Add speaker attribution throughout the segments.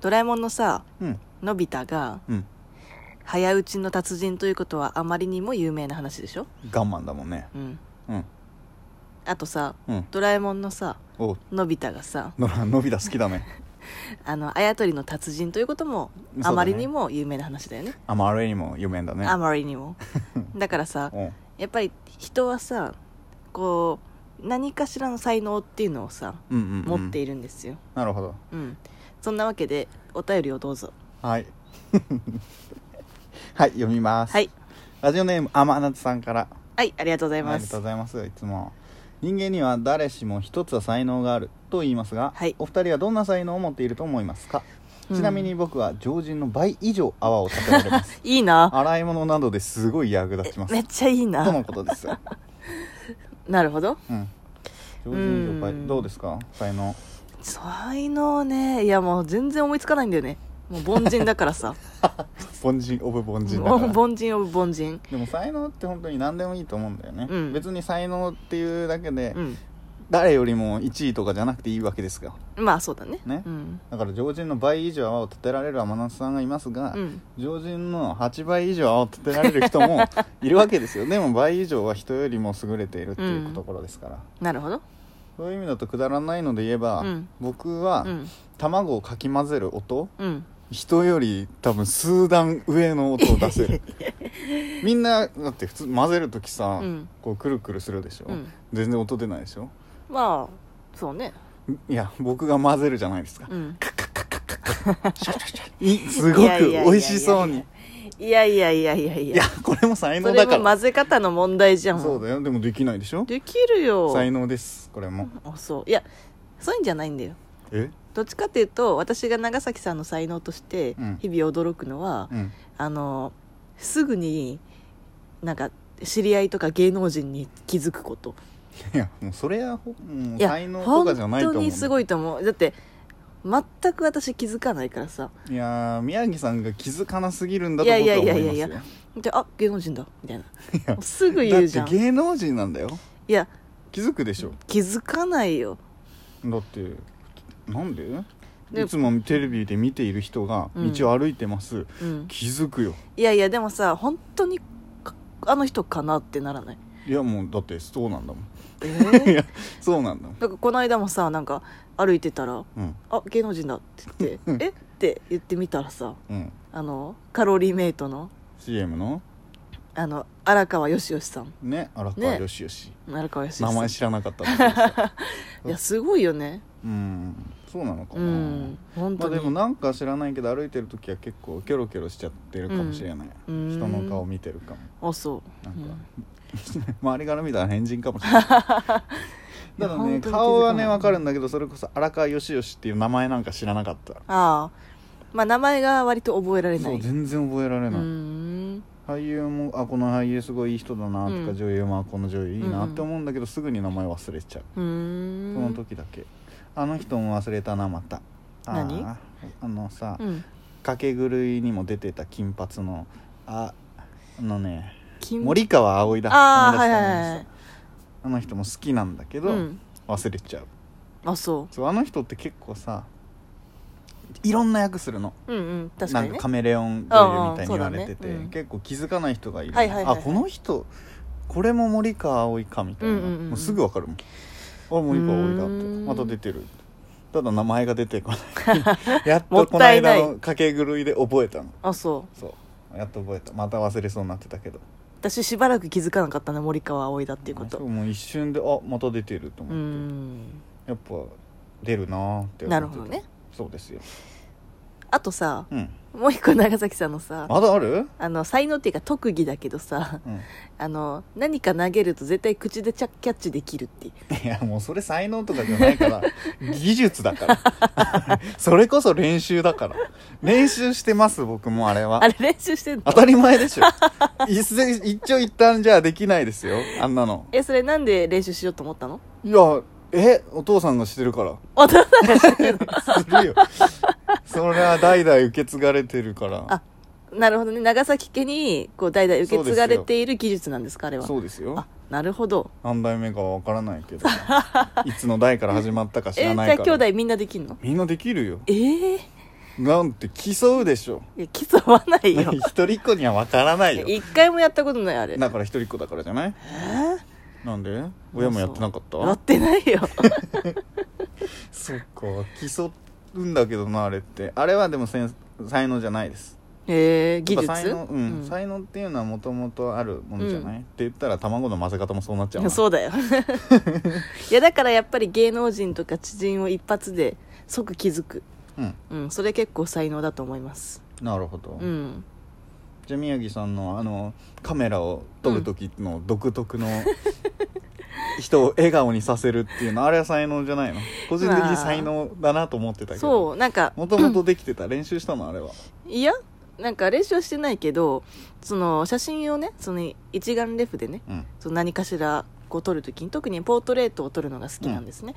Speaker 1: ドラえもんのさ
Speaker 2: うん
Speaker 1: のび太が
Speaker 2: うん
Speaker 1: 早打ちの達人ということはあまりにも有名な話でしょ
Speaker 2: ガンマンだもんね
Speaker 1: うん
Speaker 2: うん
Speaker 1: あとさ
Speaker 2: うん
Speaker 1: ドラえもんのさ
Speaker 2: お
Speaker 1: のび太がさ
Speaker 2: ののび太好 きだね
Speaker 1: あのあやとりの達人ということも
Speaker 2: そうだ
Speaker 1: あ
Speaker 2: ね
Speaker 1: まりにも有名な話だよね
Speaker 2: あまりにも有名だね
Speaker 1: あまりに もだからさ
Speaker 2: うん
Speaker 1: やっぱり人はさこう何かしらの才能っていうのをさ
Speaker 2: うんうん、う
Speaker 1: 持
Speaker 2: ん、
Speaker 1: っているんですよ、
Speaker 2: なるほど
Speaker 1: うん、そんなわけでお便りをどうぞ
Speaker 2: はい はい読みます、
Speaker 1: はい
Speaker 2: ラジオネーム天ナさんから
Speaker 1: はいありがとうござい
Speaker 2: あ
Speaker 1: ま
Speaker 2: りが
Speaker 1: す
Speaker 2: とうございますいつも人間には誰しも一つは才能があると言いますが、
Speaker 1: はい
Speaker 2: お二人はどんな才能を持っていると思いますか、
Speaker 1: うん
Speaker 2: ちなみに僕は常人の倍以上泡を立てられま す
Speaker 1: いいな
Speaker 2: 洗い物などですごい役立ちます
Speaker 1: めっちゃいい
Speaker 2: と
Speaker 1: な
Speaker 2: のことですよ、
Speaker 1: なるほど
Speaker 2: うん、常人以上
Speaker 1: う
Speaker 2: 倍
Speaker 1: ん
Speaker 2: どうですか才 能
Speaker 1: 才能ねいやもう全然思いつかないんだよねもう凡人だから さ
Speaker 2: 凡人オブ凡人だ
Speaker 1: も
Speaker 2: か
Speaker 1: う
Speaker 2: ら
Speaker 1: 凡人オブ凡人
Speaker 2: でも才能って本当に何でもいいと思うんだよね、
Speaker 1: うん
Speaker 2: 別に才能っていうだけで、
Speaker 1: うん
Speaker 2: 誰よりも1位とかじゃなくていいわけですよ
Speaker 1: まあそうだね
Speaker 2: ね
Speaker 1: うん、
Speaker 2: だから常人の倍以上泡を立てられる天夏さんがいますが、
Speaker 1: うん、
Speaker 2: 常人の8倍以上泡を立てられる人 もいるわけですよでも倍以上は人よりも優れているっていうところですから、
Speaker 1: なるほど
Speaker 2: そういう意味だとくだらないので言えば、
Speaker 1: うん
Speaker 2: 僕は
Speaker 1: うん
Speaker 2: 卵をかき混ぜる音
Speaker 1: うん
Speaker 2: 人より多分数段上の音を出せるみんなだって普通混ぜる時さ、
Speaker 1: うん
Speaker 2: こうくるくるするでしょ、
Speaker 1: うん
Speaker 2: 全然音出ないでしょ
Speaker 1: まあそうね
Speaker 2: いや僕が混ぜるじゃないですか、
Speaker 1: うん
Speaker 2: いすごく美味しそうに
Speaker 1: いやいやいやいやい
Speaker 2: い
Speaker 1: や
Speaker 2: やこれも才
Speaker 1: そ
Speaker 2: 能
Speaker 1: れ
Speaker 2: だか
Speaker 1: も混
Speaker 2: ら
Speaker 1: ぜ方の問題じゃん
Speaker 2: そうだよでもできないでしょ
Speaker 1: できるよ
Speaker 2: 才能ですこれも
Speaker 1: あそういやそういうんじゃないんだよ
Speaker 2: え
Speaker 1: どっちかっていうと私が長崎さんの才能として
Speaker 2: うん
Speaker 1: 日々驚くのは、
Speaker 2: うん
Speaker 1: あのすぐになんか知り合いとか芸能人に気づくこと
Speaker 2: いやもうそれはほもう
Speaker 1: いや
Speaker 2: 才能と
Speaker 1: 本
Speaker 2: かじゃないと思
Speaker 1: 当
Speaker 2: う
Speaker 1: にすご
Speaker 2: い
Speaker 1: いと思うだって全く私気づかないからさ
Speaker 2: いやー宮城さんが気づかなすぎるんだと僕は思いますよ
Speaker 1: いやいやいやいやであ芸能人だみたいな
Speaker 2: や
Speaker 1: もうすぐ言うじ
Speaker 2: だ
Speaker 1: ゃ
Speaker 2: っ
Speaker 1: ん
Speaker 2: て芸能人なんだよ
Speaker 1: いや
Speaker 2: 気づくでしょ
Speaker 1: 気づかないよ
Speaker 2: だってなんで
Speaker 1: で
Speaker 2: いつもテレビで見ている人が
Speaker 1: うん
Speaker 2: 道を歩いてます、
Speaker 1: うん
Speaker 2: 気づくよ
Speaker 1: いやいやでもさ本当にかあの人かなってならない
Speaker 2: いやもうだってそうなんだもん、
Speaker 1: えー
Speaker 2: いやそうなんだもん
Speaker 1: なんかこの間もさなんか歩いてたら
Speaker 2: うん
Speaker 1: 「あ芸能人だ」って 言って「えっ?」て言ってみたらさ
Speaker 2: うん
Speaker 1: あのカロリーメイトの
Speaker 2: CM の
Speaker 1: あの荒川よしよしさん
Speaker 2: ね荒川
Speaker 1: ね
Speaker 2: よしよし、
Speaker 1: 荒川よしよしさ
Speaker 2: 名
Speaker 1: ん
Speaker 2: 前知らなかったん だけど
Speaker 1: いやすごいよね
Speaker 2: うんそうなのか
Speaker 1: う
Speaker 2: な、
Speaker 1: ん本
Speaker 2: ま
Speaker 1: 当
Speaker 2: あ
Speaker 1: に、
Speaker 2: でもなんか知らないけど歩いてる時は結構キョロキョロしちゃってるかもしれない、
Speaker 1: うん
Speaker 2: 人の顔見てるかも
Speaker 1: あそう
Speaker 2: なんか、
Speaker 1: うん
Speaker 2: 周りから見たら変人かもしれない
Speaker 1: いや
Speaker 2: ただ
Speaker 1: 本当
Speaker 2: ね
Speaker 1: に気づかない
Speaker 2: 顔はね分かるんだけどそれこそ荒川よしよしっていう名前なんか知らなかった
Speaker 1: ああまあ名前が割と覚えられな
Speaker 2: そう
Speaker 1: い
Speaker 2: 全然覚えられ
Speaker 1: う
Speaker 2: ない、
Speaker 1: ん
Speaker 2: 俳優もあこの俳優すごいいい人だなとか、
Speaker 1: うん
Speaker 2: 女優もあこの女優いいな
Speaker 1: うんうん
Speaker 2: って思うんだけどすぐに名前忘れちゃう
Speaker 1: う
Speaker 2: そ
Speaker 1: ん
Speaker 2: の時だけあの人も忘れたなまたあー
Speaker 1: 何
Speaker 2: あのさ、
Speaker 1: うん
Speaker 2: 掛け狂いにも出てた金髪のああのね
Speaker 1: 金
Speaker 2: 森川葵だ
Speaker 1: あー
Speaker 2: 思い出した
Speaker 1: はいはいはい
Speaker 2: 思出したあの人も好きなんだけど、
Speaker 1: うん
Speaker 2: 忘れちゃう
Speaker 1: あそ
Speaker 2: そうあの人って結構さいろんな役するの、
Speaker 1: ううんうん確かに
Speaker 2: なん
Speaker 1: ね
Speaker 2: かカメレオン女優みたいに
Speaker 1: うんうん
Speaker 2: 言われて
Speaker 1: そ
Speaker 2: て、
Speaker 1: うだねうん
Speaker 2: 結構気づかない人がいる、
Speaker 1: はいはいはいはい
Speaker 2: あこの人これも森川葵かみたいな、
Speaker 1: うんうんうん
Speaker 2: もうすぐ分かるもんあ森川葵だって
Speaker 1: うん
Speaker 2: また出てるただ名前が出て こないやっ
Speaker 1: もっ
Speaker 2: とこの
Speaker 1: たいな
Speaker 2: 間
Speaker 1: い
Speaker 2: の掛け狂いで覚えたの
Speaker 1: あそう
Speaker 2: そうやっと覚えたまた忘れそうになってたけど
Speaker 1: 私しばらく気づかなかったね森川葵だっていうこ
Speaker 2: そ
Speaker 1: と
Speaker 2: もう一瞬であまた出てると
Speaker 1: う
Speaker 2: 思って、
Speaker 1: ん
Speaker 2: やっぱ出るなーって思ってた
Speaker 1: なるほどね
Speaker 2: そうですよ、
Speaker 1: あとさ
Speaker 2: うん、
Speaker 1: もう一個長崎さんのさ
Speaker 2: まだある、
Speaker 1: あの才能っていうか特技だけどさ
Speaker 2: うん、
Speaker 1: あの何か投げると絶対口でチャキャッチできるっていう
Speaker 2: いやもうそれ才能とかじゃないから技術だから それこそ練習だから練習してます僕もあれは
Speaker 1: あれ練習してんの
Speaker 2: 当たり前でしょ一斉一長一短じゃできないですよあんなの
Speaker 1: えそれなんで練習しようと思ったの
Speaker 2: いやえお父さんがしてるから
Speaker 1: お父さん
Speaker 2: するよそれは代々受け継がれてるから
Speaker 1: あなるほどね長崎家にこう代々受け継がれ
Speaker 2: そう
Speaker 1: ている技術なんですかあれは
Speaker 2: そうですよ
Speaker 1: あなるほど
Speaker 2: 何代目かは分からないけどいつの代から始まったか知
Speaker 1: え
Speaker 2: ら
Speaker 1: じ
Speaker 2: ない
Speaker 1: ゃ
Speaker 2: か
Speaker 1: あ
Speaker 2: ら
Speaker 1: 兄弟みんなできんの
Speaker 2: みんなできるよ
Speaker 1: ええ
Speaker 2: なんて競うでしょ
Speaker 1: いや競わないよ
Speaker 2: 一人っ子には分からないよ
Speaker 1: 一回もやったことないあれ
Speaker 2: だから一人っ子だからじゃないなんで親もやってなかっ
Speaker 1: やったてない よ
Speaker 2: そっか競うんだけどなあれってあれはでもせん才能じゃないです
Speaker 1: へえ技
Speaker 2: やっぱ才
Speaker 1: 術
Speaker 2: 能うん、才能っていうのはもともとあるものじゃない、って言ったら卵の混ぜ方もそうなっちゃうな
Speaker 1: そう だよいやだからやっぱり芸能人とか知人を一発で即気づく
Speaker 2: うん
Speaker 1: うんそれ結構才能だと思います
Speaker 2: なるほど、
Speaker 1: うん
Speaker 2: じゃあ宮城さんのあのカメラを撮る時の独特の、 人を笑顔にさせるっていうのあれは才能じゃないの個人的に才能だなと思ってたけど
Speaker 1: そうなんか
Speaker 2: もともとできてた練習したのあれはい
Speaker 1: やなんか練習はしてないけどその写真をねその一眼レフでね
Speaker 2: うん
Speaker 1: その何かしらこう撮るときに特にポートレートを撮るのが好きなんですね、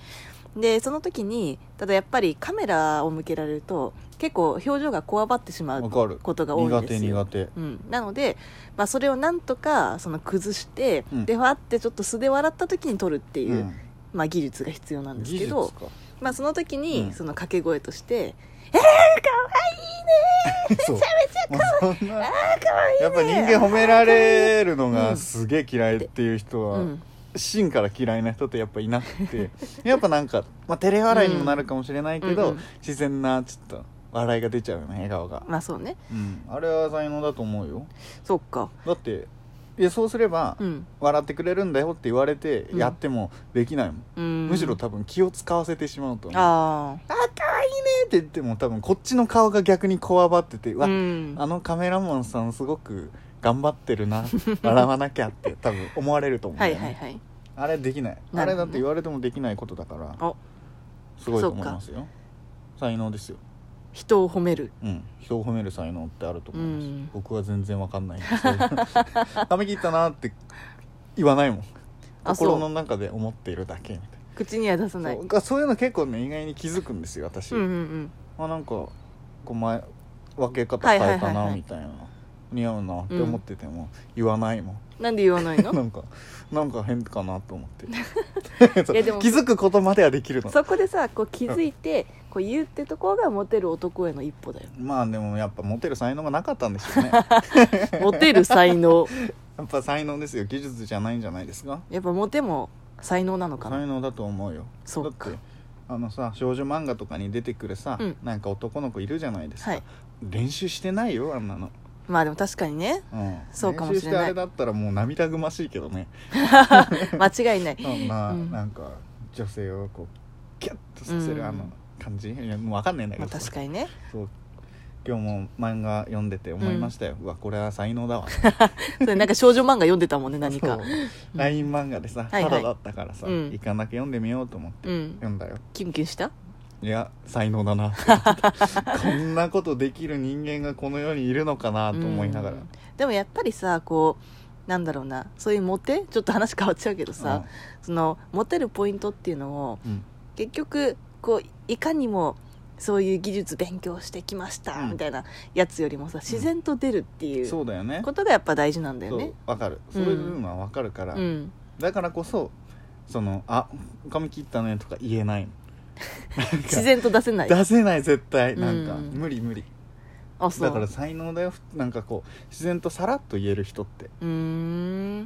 Speaker 1: でその時にただやっぱりカメラを向けられると結構表情がこわばってしまう
Speaker 2: わかる
Speaker 1: ことが多い
Speaker 2: 苦
Speaker 1: んで
Speaker 2: 手
Speaker 1: すよ
Speaker 2: 苦手
Speaker 1: うん、なので、まあ、それをなんとかその崩して、
Speaker 2: うん
Speaker 1: でわってちょっと素で笑った時に撮るっていう、
Speaker 2: うん
Speaker 1: まあ、技術が必要なんです
Speaker 2: 技
Speaker 1: け
Speaker 2: 術
Speaker 1: ど
Speaker 2: か
Speaker 1: まあ、その時
Speaker 2: う
Speaker 1: に
Speaker 2: ん
Speaker 1: その掛け声として、
Speaker 2: そうもうそんなやっぱ人間褒められるのがすげえ嫌いっていう人
Speaker 1: う
Speaker 2: は、
Speaker 1: ん
Speaker 2: 芯から嫌いな人ってやっぱいなくて やっぱなんか、まあ、照れ笑いにもなるかもしれない
Speaker 1: う
Speaker 2: けど、
Speaker 1: んうんうん
Speaker 2: 自然なちょっと笑いが出ちゃうよね笑顔が、
Speaker 1: まあそうね
Speaker 2: うん、あれは才能だと思うよ
Speaker 1: そっか
Speaker 2: だっていやそうすれば、
Speaker 1: うん
Speaker 2: 笑ってくれるんだよって言われて
Speaker 1: うん
Speaker 2: やってもできないもん、
Speaker 1: うん
Speaker 2: むしろ多分気を使わせてしまうと思う
Speaker 1: ああ
Speaker 2: あ可愛いねって言っても多分こっちの顔が逆にこわばっててうわ、
Speaker 1: うん
Speaker 2: あのカメラマンさんすごく頑張ってる な笑わなきゃって多分思われると思うんだ
Speaker 1: は
Speaker 2: よ
Speaker 1: い
Speaker 2: ね、
Speaker 1: はいはい
Speaker 2: あれできない
Speaker 1: な
Speaker 2: あ
Speaker 1: るほどね
Speaker 2: れだって言われてもできないことだから
Speaker 1: あ
Speaker 2: すごいと思いますよ才能ですよ、
Speaker 1: 人を褒める
Speaker 2: うん、人を褒める才能ってあると思います、
Speaker 1: うん
Speaker 2: 僕は全然わかんないんですけ ど髪切ったなって言わないもん
Speaker 1: あそう
Speaker 2: 心の中で思っているだけみたい
Speaker 1: 口には出さな
Speaker 2: ないそうがそういうの結構ね意外に気づくんですよ私、
Speaker 1: うんうんうん
Speaker 2: あなんかこう前分け方変え
Speaker 1: は
Speaker 2: た
Speaker 1: いはいはいは
Speaker 2: ないみたいな、似合うなって思ってても言わないもん、
Speaker 1: なんで言 わない の
Speaker 2: なんかなんか変かなと思ってそ う
Speaker 1: いやでも
Speaker 2: 気づくことまではできるの
Speaker 1: そこでさこう気づいてこう言うってところがモテる男への一歩だよ
Speaker 2: まあでもやっぱモテる才能がなかったんでしょ うね
Speaker 1: モテる才 能
Speaker 2: やっぱ才能ですよ技術じゃないんじゃないですか
Speaker 1: やっぱモテも才能なのかな
Speaker 2: 才能だと思うよ
Speaker 1: そっか
Speaker 2: だってあのさ少女漫画とかに出てくるさ、
Speaker 1: うん
Speaker 2: なんか男の子いるじゃないですか、
Speaker 1: はい
Speaker 2: 練習してないよあんなの、
Speaker 1: まあでも確かに ね
Speaker 2: うん、
Speaker 1: そうかもしれない
Speaker 2: 練習してあれだったらもう涙ぐましいけどね
Speaker 1: 間違いない
Speaker 2: まあまあ、
Speaker 1: うん
Speaker 2: なんか女性をこうキャッとさせ
Speaker 1: う
Speaker 2: る
Speaker 1: ん
Speaker 2: あの感じ、 いやもう分かんないんだけ
Speaker 1: まあ
Speaker 2: ど、
Speaker 1: 確かにね
Speaker 2: そう今日も漫画読んでて思いましたよ、うわこれは才能だわ
Speaker 1: それなんか少女漫画読んでたも んね 何か
Speaker 2: そう LINE 漫画でさ、
Speaker 1: はいはい
Speaker 2: ただだったからさ、
Speaker 1: うん
Speaker 2: いかなく読んでみようと思って
Speaker 1: うん
Speaker 2: 読んだよ、
Speaker 1: キュンキュンした
Speaker 2: いや才能だな って思ったこんなことできる人間がこの世にいるのかなと思いながら
Speaker 1: うんでもやっぱりさこうなんだろうなそういうモテちょっと話変わっちゃうけどさ、そのモテるポイントっていうのを
Speaker 2: うんうん
Speaker 1: 結局こういかにもそういう技術勉強してきました
Speaker 2: うん
Speaker 1: みたいなやつよりもさ自然と出るっていう
Speaker 2: そうだよね
Speaker 1: ことがやっぱ大事なんだ
Speaker 2: そ
Speaker 1: よね
Speaker 2: うわかるそういう部分はわかるから、
Speaker 1: うん
Speaker 2: だからこそその「あ髪切ったね」とか言えないのなんか
Speaker 1: 自然と出せない
Speaker 2: 出せない絶対
Speaker 1: うん
Speaker 2: なんか、無理無理
Speaker 1: あそう
Speaker 2: だから才能だよなんかこう自然とさらっと言える人って、
Speaker 1: うーん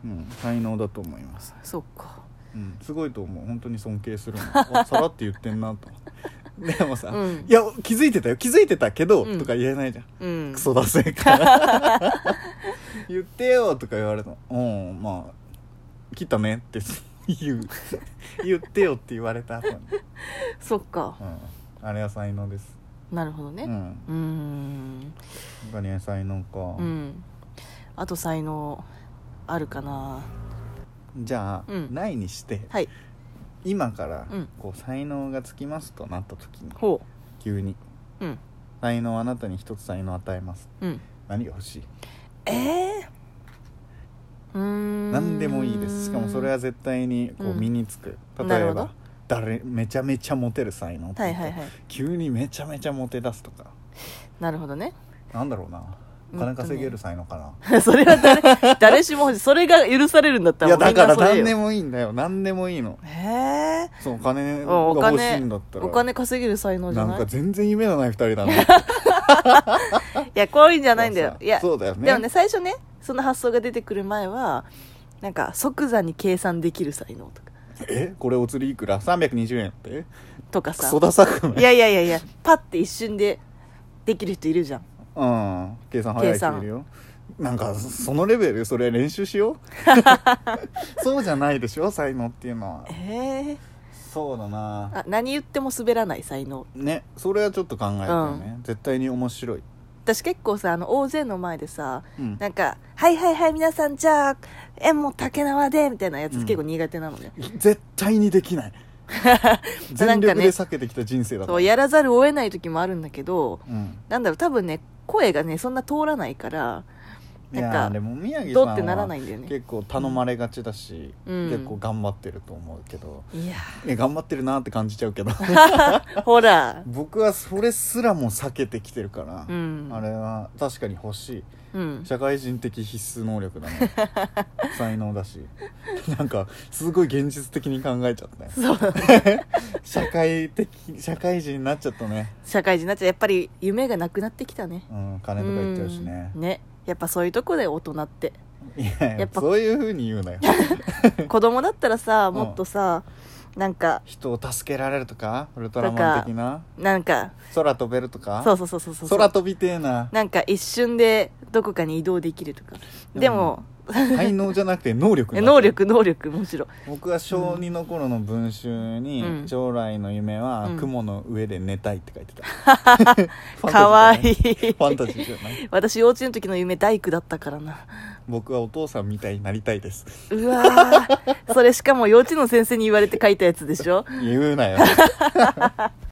Speaker 2: うん、才能だと思います、
Speaker 1: そっか
Speaker 2: うん、すごいと思う本当に尊敬するの あさらって言ってんなと思 ってでもさ、
Speaker 1: うん
Speaker 2: いや気づいてたよ気づいてたけど、
Speaker 1: うん
Speaker 2: とか言えないじゃん
Speaker 1: うん
Speaker 2: クソだせから 言ってよとか言われたうんまあ切ったねって 言う言ってよって言われた後に、
Speaker 1: そっか
Speaker 2: うん、あれは才能です、
Speaker 1: なるほど
Speaker 2: う
Speaker 1: ね
Speaker 2: ん、
Speaker 1: うーん
Speaker 2: 他には才能か、
Speaker 1: うんあと才能あるかな
Speaker 2: じゃあ、
Speaker 1: うん
Speaker 2: ないにして
Speaker 1: はい
Speaker 2: 今から
Speaker 1: うん
Speaker 2: こう才能がつきますとなった時に
Speaker 1: ほ
Speaker 2: 急に
Speaker 1: ううん
Speaker 2: 「才能あなたに一つ才能を与えます
Speaker 1: うん」
Speaker 2: 何が欲しい
Speaker 1: ええうーん
Speaker 2: 何でもいいですしかもそれは絶対にこう
Speaker 1: うん
Speaker 2: 身につく、
Speaker 1: な
Speaker 2: 例
Speaker 1: る
Speaker 2: え
Speaker 1: ほど
Speaker 2: ば誰めちゃめちゃモテる才能とか、
Speaker 1: はいはいはい
Speaker 2: 急にめちゃめちゃモテ出すとか
Speaker 1: なるほどね
Speaker 2: なんだろうなお金稼げる才能かな、
Speaker 1: それは誰誰しも欲しいそれが許されるんだった
Speaker 2: い
Speaker 1: ら
Speaker 2: やだから
Speaker 1: みんなそれ
Speaker 2: 何
Speaker 1: よ
Speaker 2: でもいいんだよ何でもいいの
Speaker 1: へえ
Speaker 2: そのお金が
Speaker 1: お
Speaker 2: 欲し
Speaker 1: 金
Speaker 2: いんだったら
Speaker 1: お金稼げる才能じゃ
Speaker 2: な
Speaker 1: なんい
Speaker 2: か全然夢のない二人だない
Speaker 1: いやこういうんじ ゃないんだよいや
Speaker 2: そうだよね
Speaker 1: でもね最初ねその発想が出てくる前はなんか即座に計算できる才能とか
Speaker 2: えこれお釣りいくら320円って
Speaker 1: とか
Speaker 2: ク
Speaker 1: さ
Speaker 2: ソダサくない
Speaker 1: いやいやいやいやパッて一瞬でできる人いるじゃん
Speaker 2: うん計算早い人いるよなんかそのレベルそれ練習しよう そうじゃないでしょ才能っていうのは
Speaker 1: ええ
Speaker 2: そうだな
Speaker 1: あ何言っても滑らない才能
Speaker 2: ねそれはちょっと考えたよね、絶対に面白い、
Speaker 1: 私結構さあの大勢の前でさ
Speaker 2: うん、
Speaker 1: なんか「はいはいはい皆さんじゃあ縁も竹縄で」みたいなやつ結構苦手なのね、
Speaker 2: 絶対にでき ない全力で避けてきた人生だか
Speaker 1: そ
Speaker 2: ら
Speaker 1: うやらざるを得ない時もあるんだけど
Speaker 2: うん
Speaker 1: なんだろう多分ね声がねそんな通らないから
Speaker 2: い
Speaker 1: なん
Speaker 2: や
Speaker 1: か
Speaker 2: ーでも宮城さ
Speaker 1: ど
Speaker 2: ん
Speaker 1: う
Speaker 2: は
Speaker 1: ってならないんだよね
Speaker 2: 結構頼まれがちだし、
Speaker 1: うん
Speaker 2: 結構頑張ってると思うけど、
Speaker 1: いや
Speaker 2: ね頑張ってるなって感じちゃうけど
Speaker 1: ーほら
Speaker 2: 僕はそれすらも避けてきてるから、
Speaker 1: うん
Speaker 2: あれは確かに欲し
Speaker 1: うん
Speaker 2: い社会人的必須能力だね 才能だしなんかすごい現実的に考えちゃったね
Speaker 1: そう
Speaker 2: 社会的社会人になっちゃったね、
Speaker 1: 社会人になっちゃやっぱり夢がなくなってきたね
Speaker 2: うん、金とか言っちゃうしね
Speaker 1: うんねやっぱそういうとこで大人って
Speaker 2: いやい
Speaker 1: や
Speaker 2: や
Speaker 1: っぱ
Speaker 2: そういうふうに言うなよ
Speaker 1: 子供だったらさ
Speaker 2: ん
Speaker 1: もっとさ、なんか
Speaker 2: 人を助けられるとかウルトラマン的な
Speaker 1: なんか
Speaker 2: 空飛べるとか
Speaker 1: そうそうそうそうそう
Speaker 2: 空飛びてえ な
Speaker 1: なんか一瞬でどこかに移動できるとかでも、
Speaker 2: 才能じゃなくて能力
Speaker 1: え
Speaker 2: にな
Speaker 1: 能
Speaker 2: ってる
Speaker 1: 力能力むしろ
Speaker 2: 僕は小2の頃の文集に、
Speaker 1: うん
Speaker 2: 将来の夢は
Speaker 1: うん
Speaker 2: 雲の上で寝たいって書いてた、
Speaker 1: かわいい
Speaker 2: ファンタジーじゃないファンタジーじゃない
Speaker 1: 私幼稚園の時の夢大工だったからな
Speaker 2: 僕はお父さんみたいになりたいです
Speaker 1: う わーそれしかも幼稚園の先生に言われて書いたやつでしょ
Speaker 2: 言うなよ